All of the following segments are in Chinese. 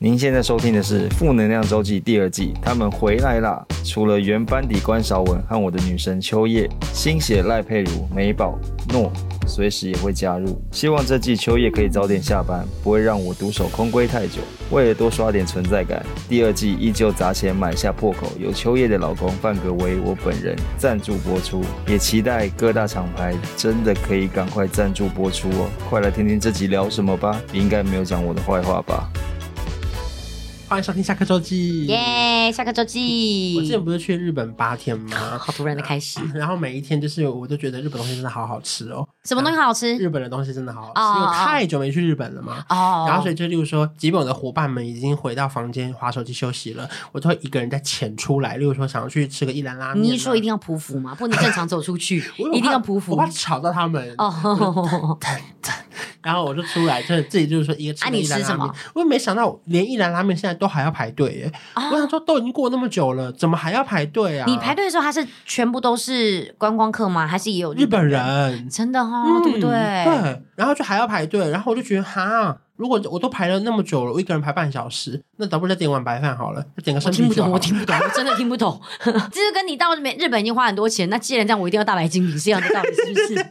您现在收听的是《负能量周记》第二季，他们回来啦！除了原班底关韶文和我的女神秋叶，新血赖佩如、美宝、诺，随时也会加入。希望这季秋叶可以早点下班，不会让我独守空闺太久。为了多刷点存在感，第二季依旧砸钱买下破口，由秋叶的老公范格为我本人赞助播出，也期待各大厂牌真的可以赶快赞助播出哦！快来听听这集聊什么吧，你应该没有讲我的坏话吧？欢迎收听下课周记。耶！下个周我之前记，不是去日本八天 吗？好突然的开始。然后每一天就是，我都觉得日本东西真的好好吃哦，什么东西好日吃？本的东西真的好好嗯哦吃。因为我哦太久没去日本了嘛。哦，然后所以就例如说，基本我的伙伴们已经回到房间划手机休息了，我都会一个人再潜出来。例如说，想要去吃个一兰拉面啊，你一说一定要匍匐嘛，不能正常走出去 我，一定要匍匐，我怕匐。吵到他们。 哦，然后我就出来，就是自己就是说一个吃啊个你一兰吃拉什么面，我也没想到连一兰拉面现在都还要排队耶。我想说，都已经过那么久了，怎么还要排队啊？哦你排队的时候，他是全部都是观光客吗？还是也有日本本？人，真的哦嗯，，对不对？对，然后就还要排队，然后我就觉得哈，如果我都排了那么久了，我一个人排半小时，那倒不如再点碗白饭好了，再点个我生听啤不酒懂，好我了。听不懂，我真的听不懂。这就跟你到美日本已经花很多钱，那既然这样，我一定要大白金比是一样的道理，是不 是？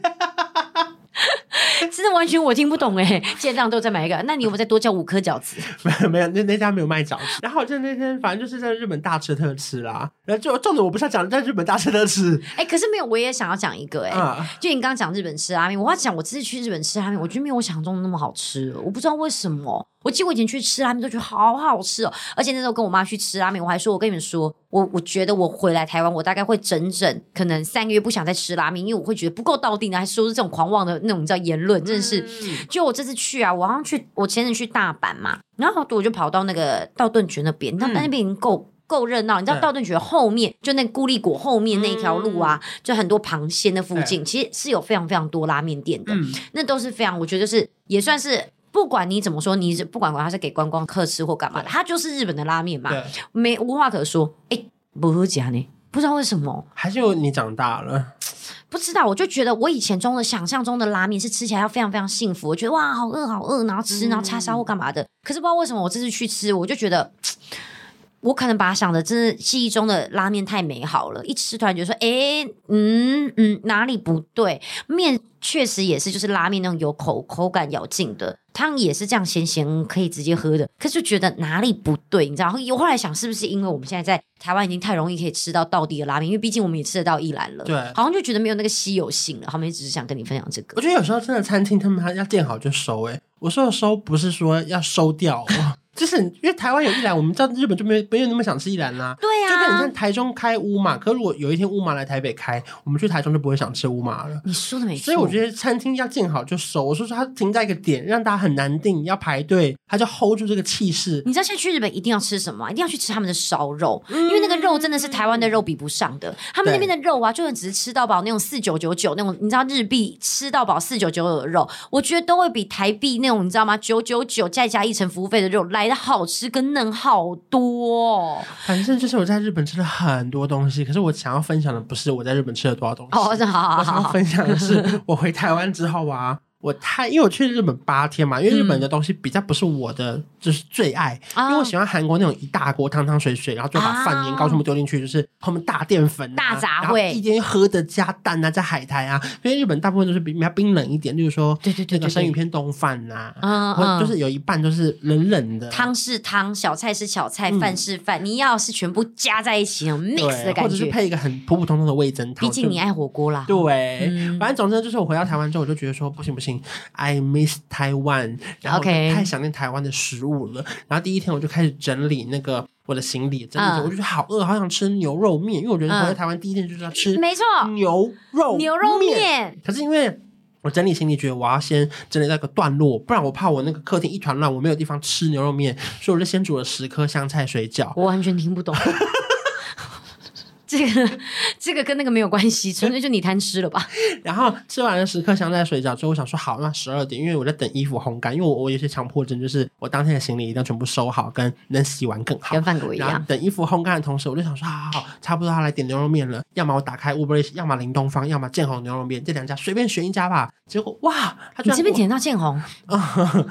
真的完全我听不懂哎、既然这样，都再买一个，那你有没有再多叫五颗饺子？ 没有没有，那那家没有卖饺子。然后就那天反正就是在日本大吃特吃啦。然后就重点我不是要讲在日本大吃特吃哎、可是没有，我也想要讲一个哎、啊，就你刚刚讲日本吃拉面，我要讲我这次去日本吃拉面，我觉得没有我想象中的那么好吃，我不知道为什么。我记得我以前去吃拉面都觉得好好吃哦，而且那时候跟我妈去吃拉面，我还说，我跟你们说，我我觉得我回来台湾，我大概会整整可能三个月不想再吃拉面，因为我会觉得不够到地呢，还说出这种狂妄的那种叫言论，真的是。就我这次去啊，我好像去，我前阵去大阪嘛，然后我就跑到那个道顿崛那边，你知道嗯那边已经够。够热闹，你知道对道顿崛后面就那孤立果后面那一条路啊，就很多螃蟹那附嗯对近，其实是有非常非常多拉面店的，嗯，那都是非常，我觉得是也算是不管你怎么说，你是不管管它是给观光客吃或干嘛的，它就是日本的拉面嘛，对，没无话可说。哎、不喝假呢，不知道为什么，还是有你长大了，不知道，我就觉得我以前中的想象中的拉面是吃起来要非常非常幸福，我觉得哇好饿好饿，然后吃然后叉烧或干嘛的。可是不知道为什么我这次去吃，我就觉得。我可能把它想的，真的记忆中的拉面太美好了，一吃突然觉得说，诶，嗯嗯，哪里不对？面确实也是，就是拉面那种有口口感咬劲的，汤也是这样咸咸可以直接喝的，可是就觉得哪里不对，你知道？我后来想，是不是因为我们现在在台湾已经太容易可以吃到道地的拉面，因为毕竟我们也吃得到一兰了，对好像就觉得没有那个稀有性了。后面只是想跟你分享这我个，觉得有时候真的餐厅他们还要建好就收、欸，我说的收不是说要收掉哦， 就是因为台湾有一兰，我们知道日本就没没有那么想吃一兰啦、对就跟你啊看，台中开乌马，可如果有一天乌马来台北开，我们去台中就不会想吃乌马了。你说的没错，所以我觉得餐厅要建好就收，我说说它停在一个点，让大家很难定，要排队，它就 hold 住这个气势。你知道现在去日本一定要吃什么啊？一定要去吃他们的烧肉，嗯因为那个肉真的是台湾的肉比不上的。他们那边的肉啊，就算只是吃到饱那种四九九九那种，你知道日币吃到饱四九九九的肉，我觉得都会比台币那种你知道吗九九九再加一层服务费的肉来的好吃跟嫩好多、 哦。反正就是我在日本吃了很多东西，可是我想要分享的不是我在日本吃了多少东西，哦，那好好我想好要好，分享的是我回台湾之后啊。我太，因为我去日本八天嘛，因为日本的东西比较不是我的就是最爱，因为我喜欢韩国那种一大锅汤汤水水，然后就把饭啊年糕全部丢进去，就是他们大淀粉、啊、大杂烩然后一边喝的加蛋啊，加海苔啊。因为日本大部分都是比比较冰冷一点，就是说啊对对对那对个对生鱼片冻饭呐、啊，嗯或就是有一半都是冷冷的汤是汤，小菜是小菜，嗯饭是饭，你要是全部加在一起，有 mix 的对，感或者是觉。配一个很普普通通的味噌汤。毕竟就你爱火锅啦，对，嗯反正总之就是我回到台湾之后，我就觉得说不行不行，I miss Taiwan，然后我就 OK 太想念台湾的食物了。然后第一天我就开始整理那个我的行李，整理着我嗯就觉得好饿，好想吃牛肉面，因为我觉得嗯回到台湾第一天就是要吃没错，牛嗯肉牛肉面。面。可是因为我整理行李，觉得我要先整理那个段落，不然我怕我那个客厅一团乱，我没有地方吃牛肉面，所以我就先煮了十颗香菜水饺。我完全听不懂。这个这个跟那个没有关系，纯粹就你贪吃了吧？然后吃完了十克香菜水饺之后，我想说好，那十二点，因为我在等衣服烘干，因为我我有些强迫症，就是我当天的行李一定要全部收好，跟能洗完更好跟。饭狗一然后样。等衣服烘干的同时，我就想说，好好好，差不多要来点牛肉面了。要么我打开 Uber，Eats，要么林东方，要么建宏牛肉面，这两家随便选一家吧。结果哇，他居你然这边给点到啊建红，我，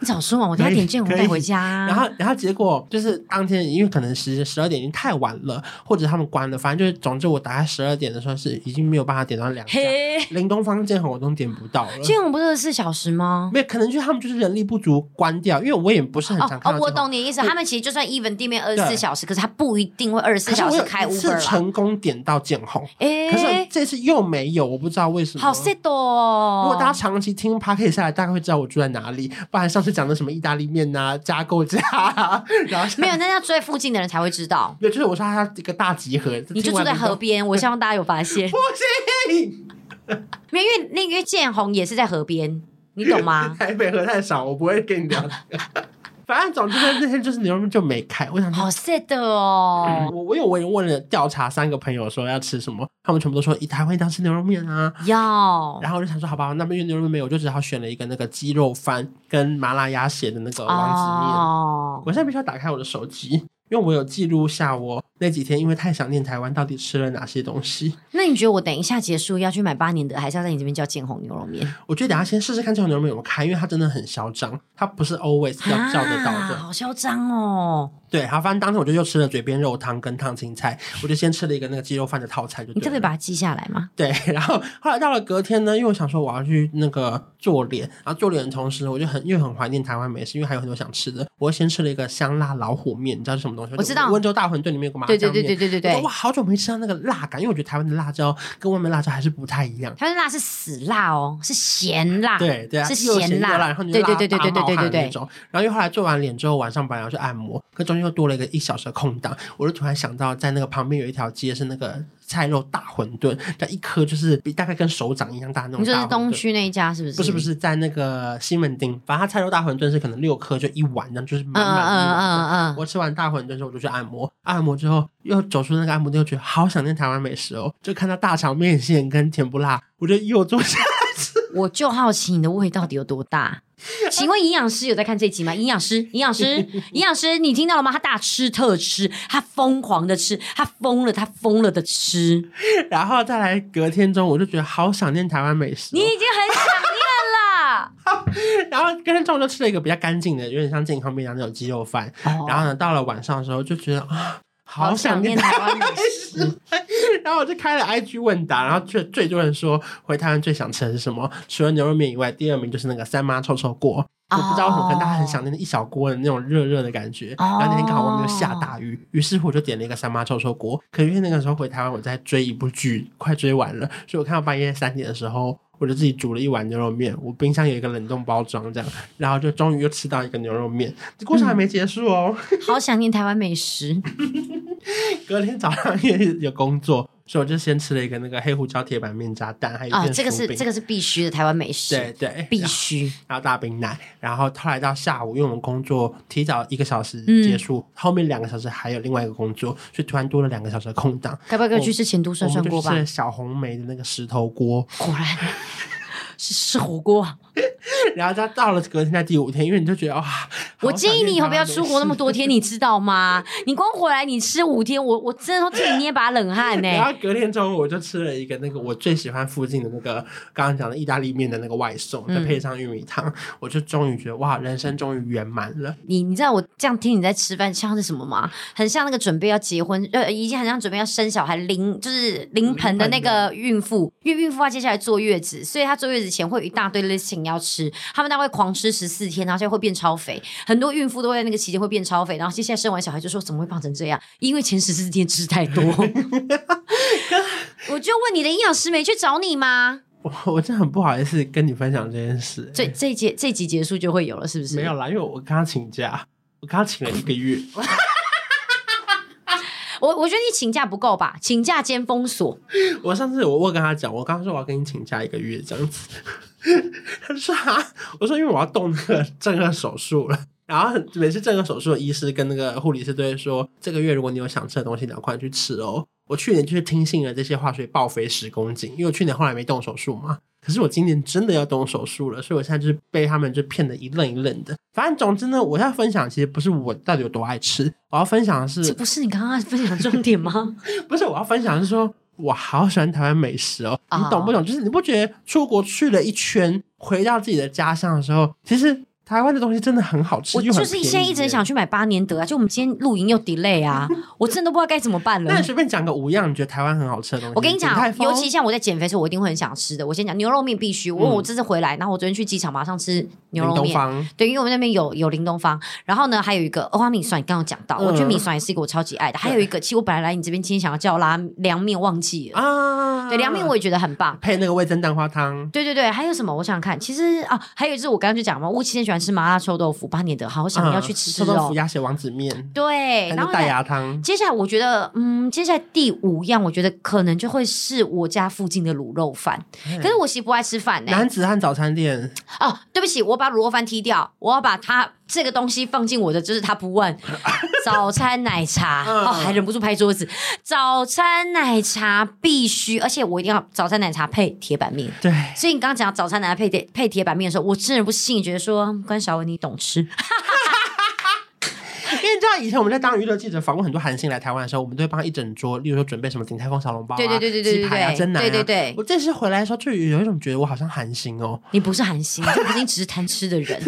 你早说嘛，我等下点建红带回家、然后，然后结果就是当天，因为可能十十二点已经太晚了，或者他们关了，反正就是，总之我打开十二点的时候是已经没有办法点到两家，嘿，林东方、建宏我都点不到了。建红不是二十四小时吗？没有，可能就是他们就是人力不足关掉，因为我也不是很哦常看哦到、，我。懂你的意思。他们其实就算 even 店面二十四对小时，可是他不一定会二十可是四小我时有开一次 Uber 啦。成功点到建宏，可是哎，这次又没有，我不知道为什么。好 sad 如果大家哦。长期听 p o d c a s t 下来，大概会知道我住在哪里。不然上次讲的什么意大利面呐、加购家啊，然后没有，那要住在附近的人才会 知道。没有，就是我说它一个大集合，你听就住完在你都河边，我希望大家有发现。 不行，？没有，因为那个因为建红也是在河边，你懂吗 台北喝太少，我不会跟你聊这个。反正总之呢，那天就是牛肉面就没开。我想说，好 sad 哦，我我有我也问了调查三个朋友说要吃什么，他们全部都说以台湾一定要吃牛肉面啊。要然后我就想说，好吧，那边因为牛肉面没有，我就只好选了一个那个鸡肉饭跟麻辣鸭血的那个王子面。哦，我现在必须要打开我的手机，因为我有记录下我那几天因为太想念台湾，到底吃了哪些东西。那你觉得我等一下结束要去买八年的，还是要在你这边叫建红牛肉面？我觉得等一下先试试看这种牛肉面有没有开，因为它真的很嚣张，它不是 always 要叫得到的。啊好嚣张哦！对，好，反正当天我就又吃了嘴边肉汤跟烫青菜，我就先吃了一个那个鸡肉饭的套餐就你对特别了把它记下来吗？对， 然后后来到了隔天呢，因为我想说我要去那个做脸，然后做脸的同时，我就很又很怀念台湾美食，因为还有很多想吃的。我先吃了一个香辣老虎面，你知道是什么东西吗？我知道温州大馄饨里面有个麻酱对面。对对对对对我说对哇，，好久没吃到那个辣感，因为我觉得台湾的辣椒跟外面辣椒还是不太一样。它的辣是死辣哦，是咸辣。对对啊，是又咸又辣辣，然后你就对辣对对对大对对冒对汗对那种。然后又后来做完脸之后，晚上本来要去按摩，可中间又多了一个一小时的空档，我就突然想到，在那个旁边有一条街是那个菜肉大馄饨，那一颗就是比大概跟手掌一样大那种你大就馄饨。是东区那一家是不是？不是不，是，在那个西门町，反正它菜肉大馄饨是可能六颗就一碗，然后就是嗯满嗯满一碗。嗯嗯嗯，我吃完大馄饨之后，我就去按摩。按摩之后，又走出那个按摩店，又觉得好想念台湾美食哦。就看到大肠面线跟甜不辣，我就又坐下。我就好奇你的胃到底有多大？请问营养师有在看这集吗？营养师，营养师，营养师，你听到了吗？他大吃特吃，他疯狂的吃，他疯了，他疯了的吃。然后再来隔天中，我就觉得好想念台湾美食、你哦。已经很想念然后隔天中午就吃了一个比较干净的，有点像健康面一样那种鸡肉饭。了。哦 然后呢，到了晚上的时候就觉得啊，好好想想念念台台湾。湾美食，然后我就开了 IG 问答，然后最最多人说回台湾最想吃的是什么？除了牛肉面以外，第二名就是那个三妈臭臭锅。我不知道为什么，可能大家很想念那一小锅的那种热热的感觉。哦然后那天刚好外面又下大雨，于是乎我就点了一个三妈臭臭锅。可是因为那个时候回台湾，我在追一部剧，快追完了，所以我看到半夜三点的时候。我就自己煮了一碗牛肉面，我冰箱有一个冷冻包装这样，然后就终于又吃到一个牛肉面，这故事还没结束哦。好想念台湾美食。隔天早上因为有工作， 所以我就先吃了一个那个黑胡椒铁板面加蛋，还有一哦片，这个是酥饼这个是必须的台湾美食，对对必须。然后大冰奶，然后后来到下午，因为我们工作提早一个小时嗯结束，后面两个小时还有另外一个工作，所以突然多了两个小时的空档。该不该去吃前都我涮们涮就锅吃吧？了小红梅的那个石头锅， 果然 是是火锅啊。然后到到了隔天在第五天，因为你就觉得哇，我建议你以后不要出国那么多。多天，你知道吗？你光回来你吃五天，我我真的都替你捏把冷 汗呢、然后隔天中午我就吃了一个那个我最喜欢附近的那个刚刚讲的意大利面的那个外送，再嗯配上玉米汤，我就终于觉得哇，人生终于圆满了。你你知道我这样听你在吃饭像是什么吗？很像那个准备要结婚，呃，已经很像准备要生小孩临就是嗯临盆的那个孕妇，因为孕妇她接下来坐月子，所以她坐月子前会有一大堆 listing 要吃，她们大概会狂吃十四天，然后现在会变超肥。很多孕妇都会在那个期间会变超肥，然后接下来生完小孩就说怎么会胖成这样？因为前十四天吃太多。 我就问你的营养师没去找你吗？我我真的很不好意思跟你分享这件事、哎这这一节这一集结束就会有了，是不是？没有啦，因为我刚刚请假，我刚刚请了一个月，我我觉得你请假不够吧，请假兼封锁。我上次我我跟他讲，我刚刚说我要跟你请假一个 月这样子，他就说啊，我说因为我要动那个正颌手术了。然后很每次这个手术的医师跟那个护理师都会说，这个月如果你有想吃的东西，你要快去吃哦。我去年就是听信了这些话，所以暴肥十公斤，因为我去年后来没动手术嘛。可是我今年真的要动手术了，所以我现在就是被他们就骗得一愣一愣的。反正总之呢，我要分享其实不是我到底有多爱吃，我要分享的这是不是你刚刚分享的重 点吗？不是我要分享的是说，我好喜欢台湾美食哦，啊你懂不懂？就是你不觉得出国去了一圈，回到自己的家乡的时候，其实台湾的东西真的很好吃，我又很就是便宜现在一直耶想。去买八年德啊，就我们今天露营又 delay 啊， 我真的不知道该怎么办那了你。随便讲个五样你觉得台湾很好吃的东西，我跟你鼎泰讲，丰尤其像我在减肥的时候，我一定会很想吃的。我先讲牛肉面必须，我嗯我这次回来，然后我昨天去机场马上吃牛林肉东面，方对，因为我们那边有有林东方，然后呢，还有一个欧花米酸，你刚刚有讲到，我觉得嗯米酸也是一个我超级爱的。还有一个，其实我本来来你这边今天想要叫拉凉面，忘记了。啊，对，凉面我也觉得很棒。配那个味增蛋花汤，对对对，还有什么？我想想看，其实啊，还有就是我刚刚就讲嘛，乌七很喜欢吃麻辣臭豆腐，八年的好想要去嗯吃吃臭豆哦腐、。鸭血王子面，对，还然有后大呢牙汤。接下来我觉得，嗯，接下来第五样，我觉得可能就会是我家附近的卤肉饭。嗯可是我媳妇不爱吃饭呢、男子汉早餐店，哦，对不起，我把卤肉饭踢掉，我要把它这个东西放进我的，就是它 不问早餐奶茶嗯哦，还忍不住拍桌子。早餐奶茶必须，而且我一定要早餐奶茶配铁板面。对，所以你刚刚讲早餐奶茶配铁配铁板面的时候，我真的不信，觉得说嗯关晓雯你懂吃， 因为你知道以前我们在当娱乐记者访问很多韩星来台湾的时候，我们都会帮一整桌，例如说准备什么鼎泰丰小笼包、啊、对对对对对鸡排啊、对对蒸奶、啊，对对对我这次回来的时候，就有一种觉得我好像韩星 哦，你不是韩星，你不是你只是贪吃的 人。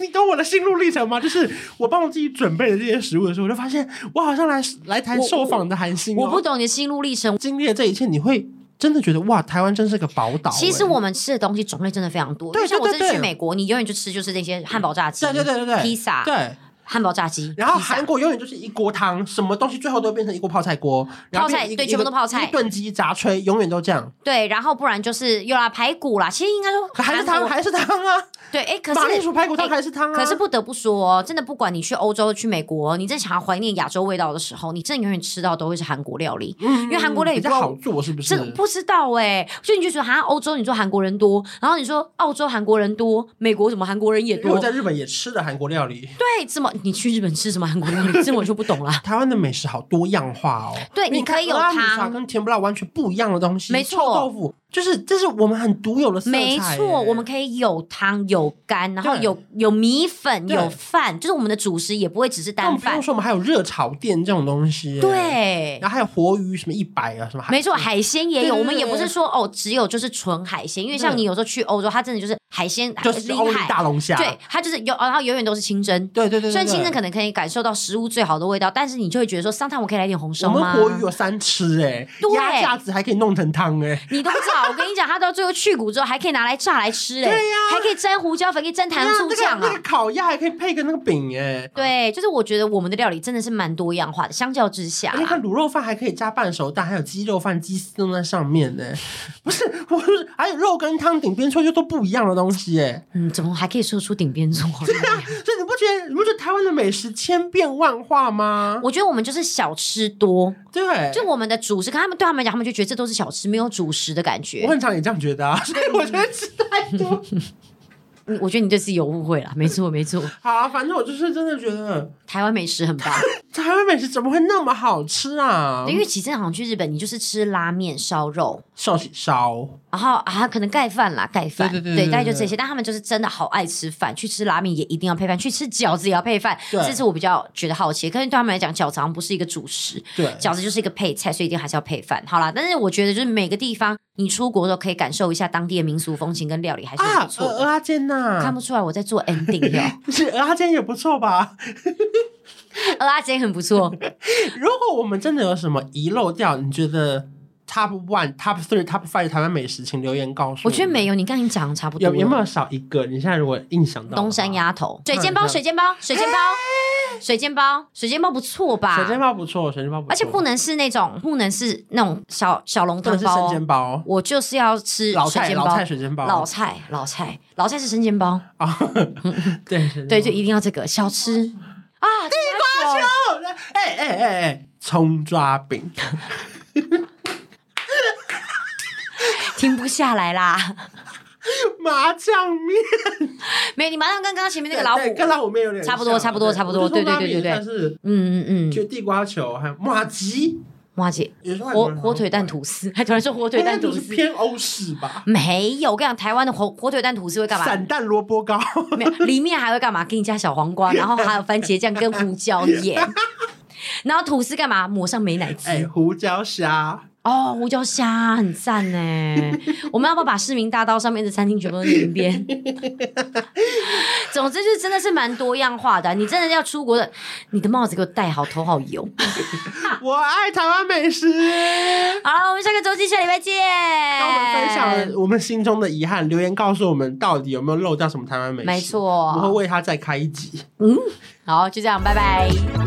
你懂我的心路历程吗？就是我帮我自己准备的这些食物的时候，我就发现我好像来来台我受访的韩星、哦我不懂你的心路历程，经历了这一切，你会真的觉得哇，台湾真是个宝岛欸、其实我们吃的东西种类真的非常多，对就像我对这对次去对美国，你永远就吃就是那些汉堡炸鸡，对对对对对，披萨、对。汉堡炸鸡，然后披萨韩国永远就是一锅汤，什么东西最后都会变成一锅泡菜锅，然后泡菜变成一对一全部个都泡菜一个炖鸡、炸炊，永远都这样。对，然后不然就是有啦排骨啦，其实应该说可还是韩汤，国还是汤啊！对，哎，可马铃是薯排骨汤哎还是汤啊！可是不得不说、哦，真的不管你去欧洲、去美国，你真想要怀念亚洲味道的时候，你真的永远吃到都会是韩国料理。嗯，因为韩国料理比较不知道好做，是不是这？不知道哎、所以你就觉得，哈，欧洲你说韩国人多，然后你说澳洲韩国人多，美国怎么韩国人也因为我多？在日本也吃了韩国料理，对，怎么你去日本吃什么韩国料理，这我就不懂 啦。台湾的美食好多样化哦。对你你可以有看鹅啊汤米肠跟甜不辣完全不一样的东西，没错臭豆腐就是这是我们很独有的色彩没耶。错，我们可以有汤有干，然后对有有米粉对有饭，就是我们的主食也不会只是更单不用饭。说我们还有热炒店这种东西耶。对然，后还有活鱼什么一百啊，什么海没错，海鲜也对有，对我们也对不是说哦，只有就是纯海鲜，因为像对你有时候去欧洲，它真的就是海鲜就是欧临鱼海，大龙啊虾。对，它就是有，然后永远都是清蒸。对对对对，虽然清蒸对可能可以感受到食物最好的味道，但是你就会觉得说，上趟我可以来点红烧我吗们？活鱼有三吃哎，对鸭架子还可以弄成汤哎， 你都不知道，我跟你讲，它到最后去骨之后，还可以拿来炸来吃嘞，对呀还可以沾胡椒粉，可以沾对糖啊那醋个酱那啊个。烤鸭还可以配个那个饼哎。对，就是我觉得我们的料理真的是蛮多样化的，相较之下而且啦，它卤肉饭还可以加半熟蛋，还有鸡肉饭、鸡丝弄在上面呢。 不是，我就是还有肉跟汤顶边出就都不一样的东西耶。嗯，怎么还可以说出顶边啊做？ 所以你不觉得你不觉得台湾的美食千变万化吗？我觉得我们就是小吃多，对，就我们的主食，可他们对他们来讲，他们就觉得这都是小吃，没有主食的感觉我。很常也这样觉 得啊，所以我觉得吃太多。嗯我觉得你对自己有误会了，没错没错，好啊，反正我就是真的觉得台湾美食很 棒，台湾美食怎么会那么好吃啊？因为其实好像去日本，你就是吃拉面、烧肉，寿喜烧，然后啊可能盖饭啦，盖饭，对对对对大概就对这些。但他们就是真的好爱吃饭，去吃拉面也一定要配饭，去吃饺子也要配饭。对这是我比较觉得好奇，可是对他们来讲，饺子好像不是一个主食，对，饺子就是一个配菜，所以一定还是要配饭。好啦，但是我觉得就是每个地方你出国的时候可以感受一下当地的民俗风情跟料理，还是很啊不，错鹅的。阿煎看呐不，出来我在做 ending 哟， 是鹅阿煎也不错吧？呃阿姐很不错。如果我们真的有什么遗漏掉，你觉得 top one、top three、top five 台湾美食，请留言告诉我我觉得没有，你刚刚已经讲的差不多有了。有没有少一个？你现在如果印象到的话东山，鸭头、水煎包、嗯水煎包、水煎包、水煎包、水煎包不错吧？水煎包不错，水煎包不错，而且不能是那种不能是那种小小笼不能汤是包生哦煎，包，我就是要吃老水菜煎老包。菜水煎包，老菜，老菜，老菜是生煎包，啊，对水煎包对，就一定要这个小吃啊！地瓜球，哎哎哎哎，葱抓饼， 停不下来啦！麻酱面， 没有，你麻酱跟刚刚前面那个老虎，对跟老虎面有点差不多像差不多差不多我就说对对拉对对面对算是嗯嗯就嗯，地瓜球还有马吉，哇姐，有时候火火腿蛋吐司， 还突然说火腿蛋吐肚司哎是，偏欧式吧，没有，我跟你讲，台湾的火火腿蛋吐司会干嘛？散蛋萝 卜糕，没有，里面还会干嘛？给你加小黄瓜，然后还有番茄酱跟胡椒盐， 然后吐司干嘛？抹上美乃滋、哎，胡椒虾，哦，胡椒虾很赞 呢。我们要不要把市民大道上面的餐厅全部都念一遍？总之就是真的是蛮多样化的。你真的要出国的，你的帽子给我戴好，头好油。我爱台湾美食。好了，我们下个周记下礼拜见。跟我们分享了我们心中的遗憾，留言告诉我们到底有没有漏掉什么台湾美食。没我们会错，为它再开一集。好，就这样，拜拜。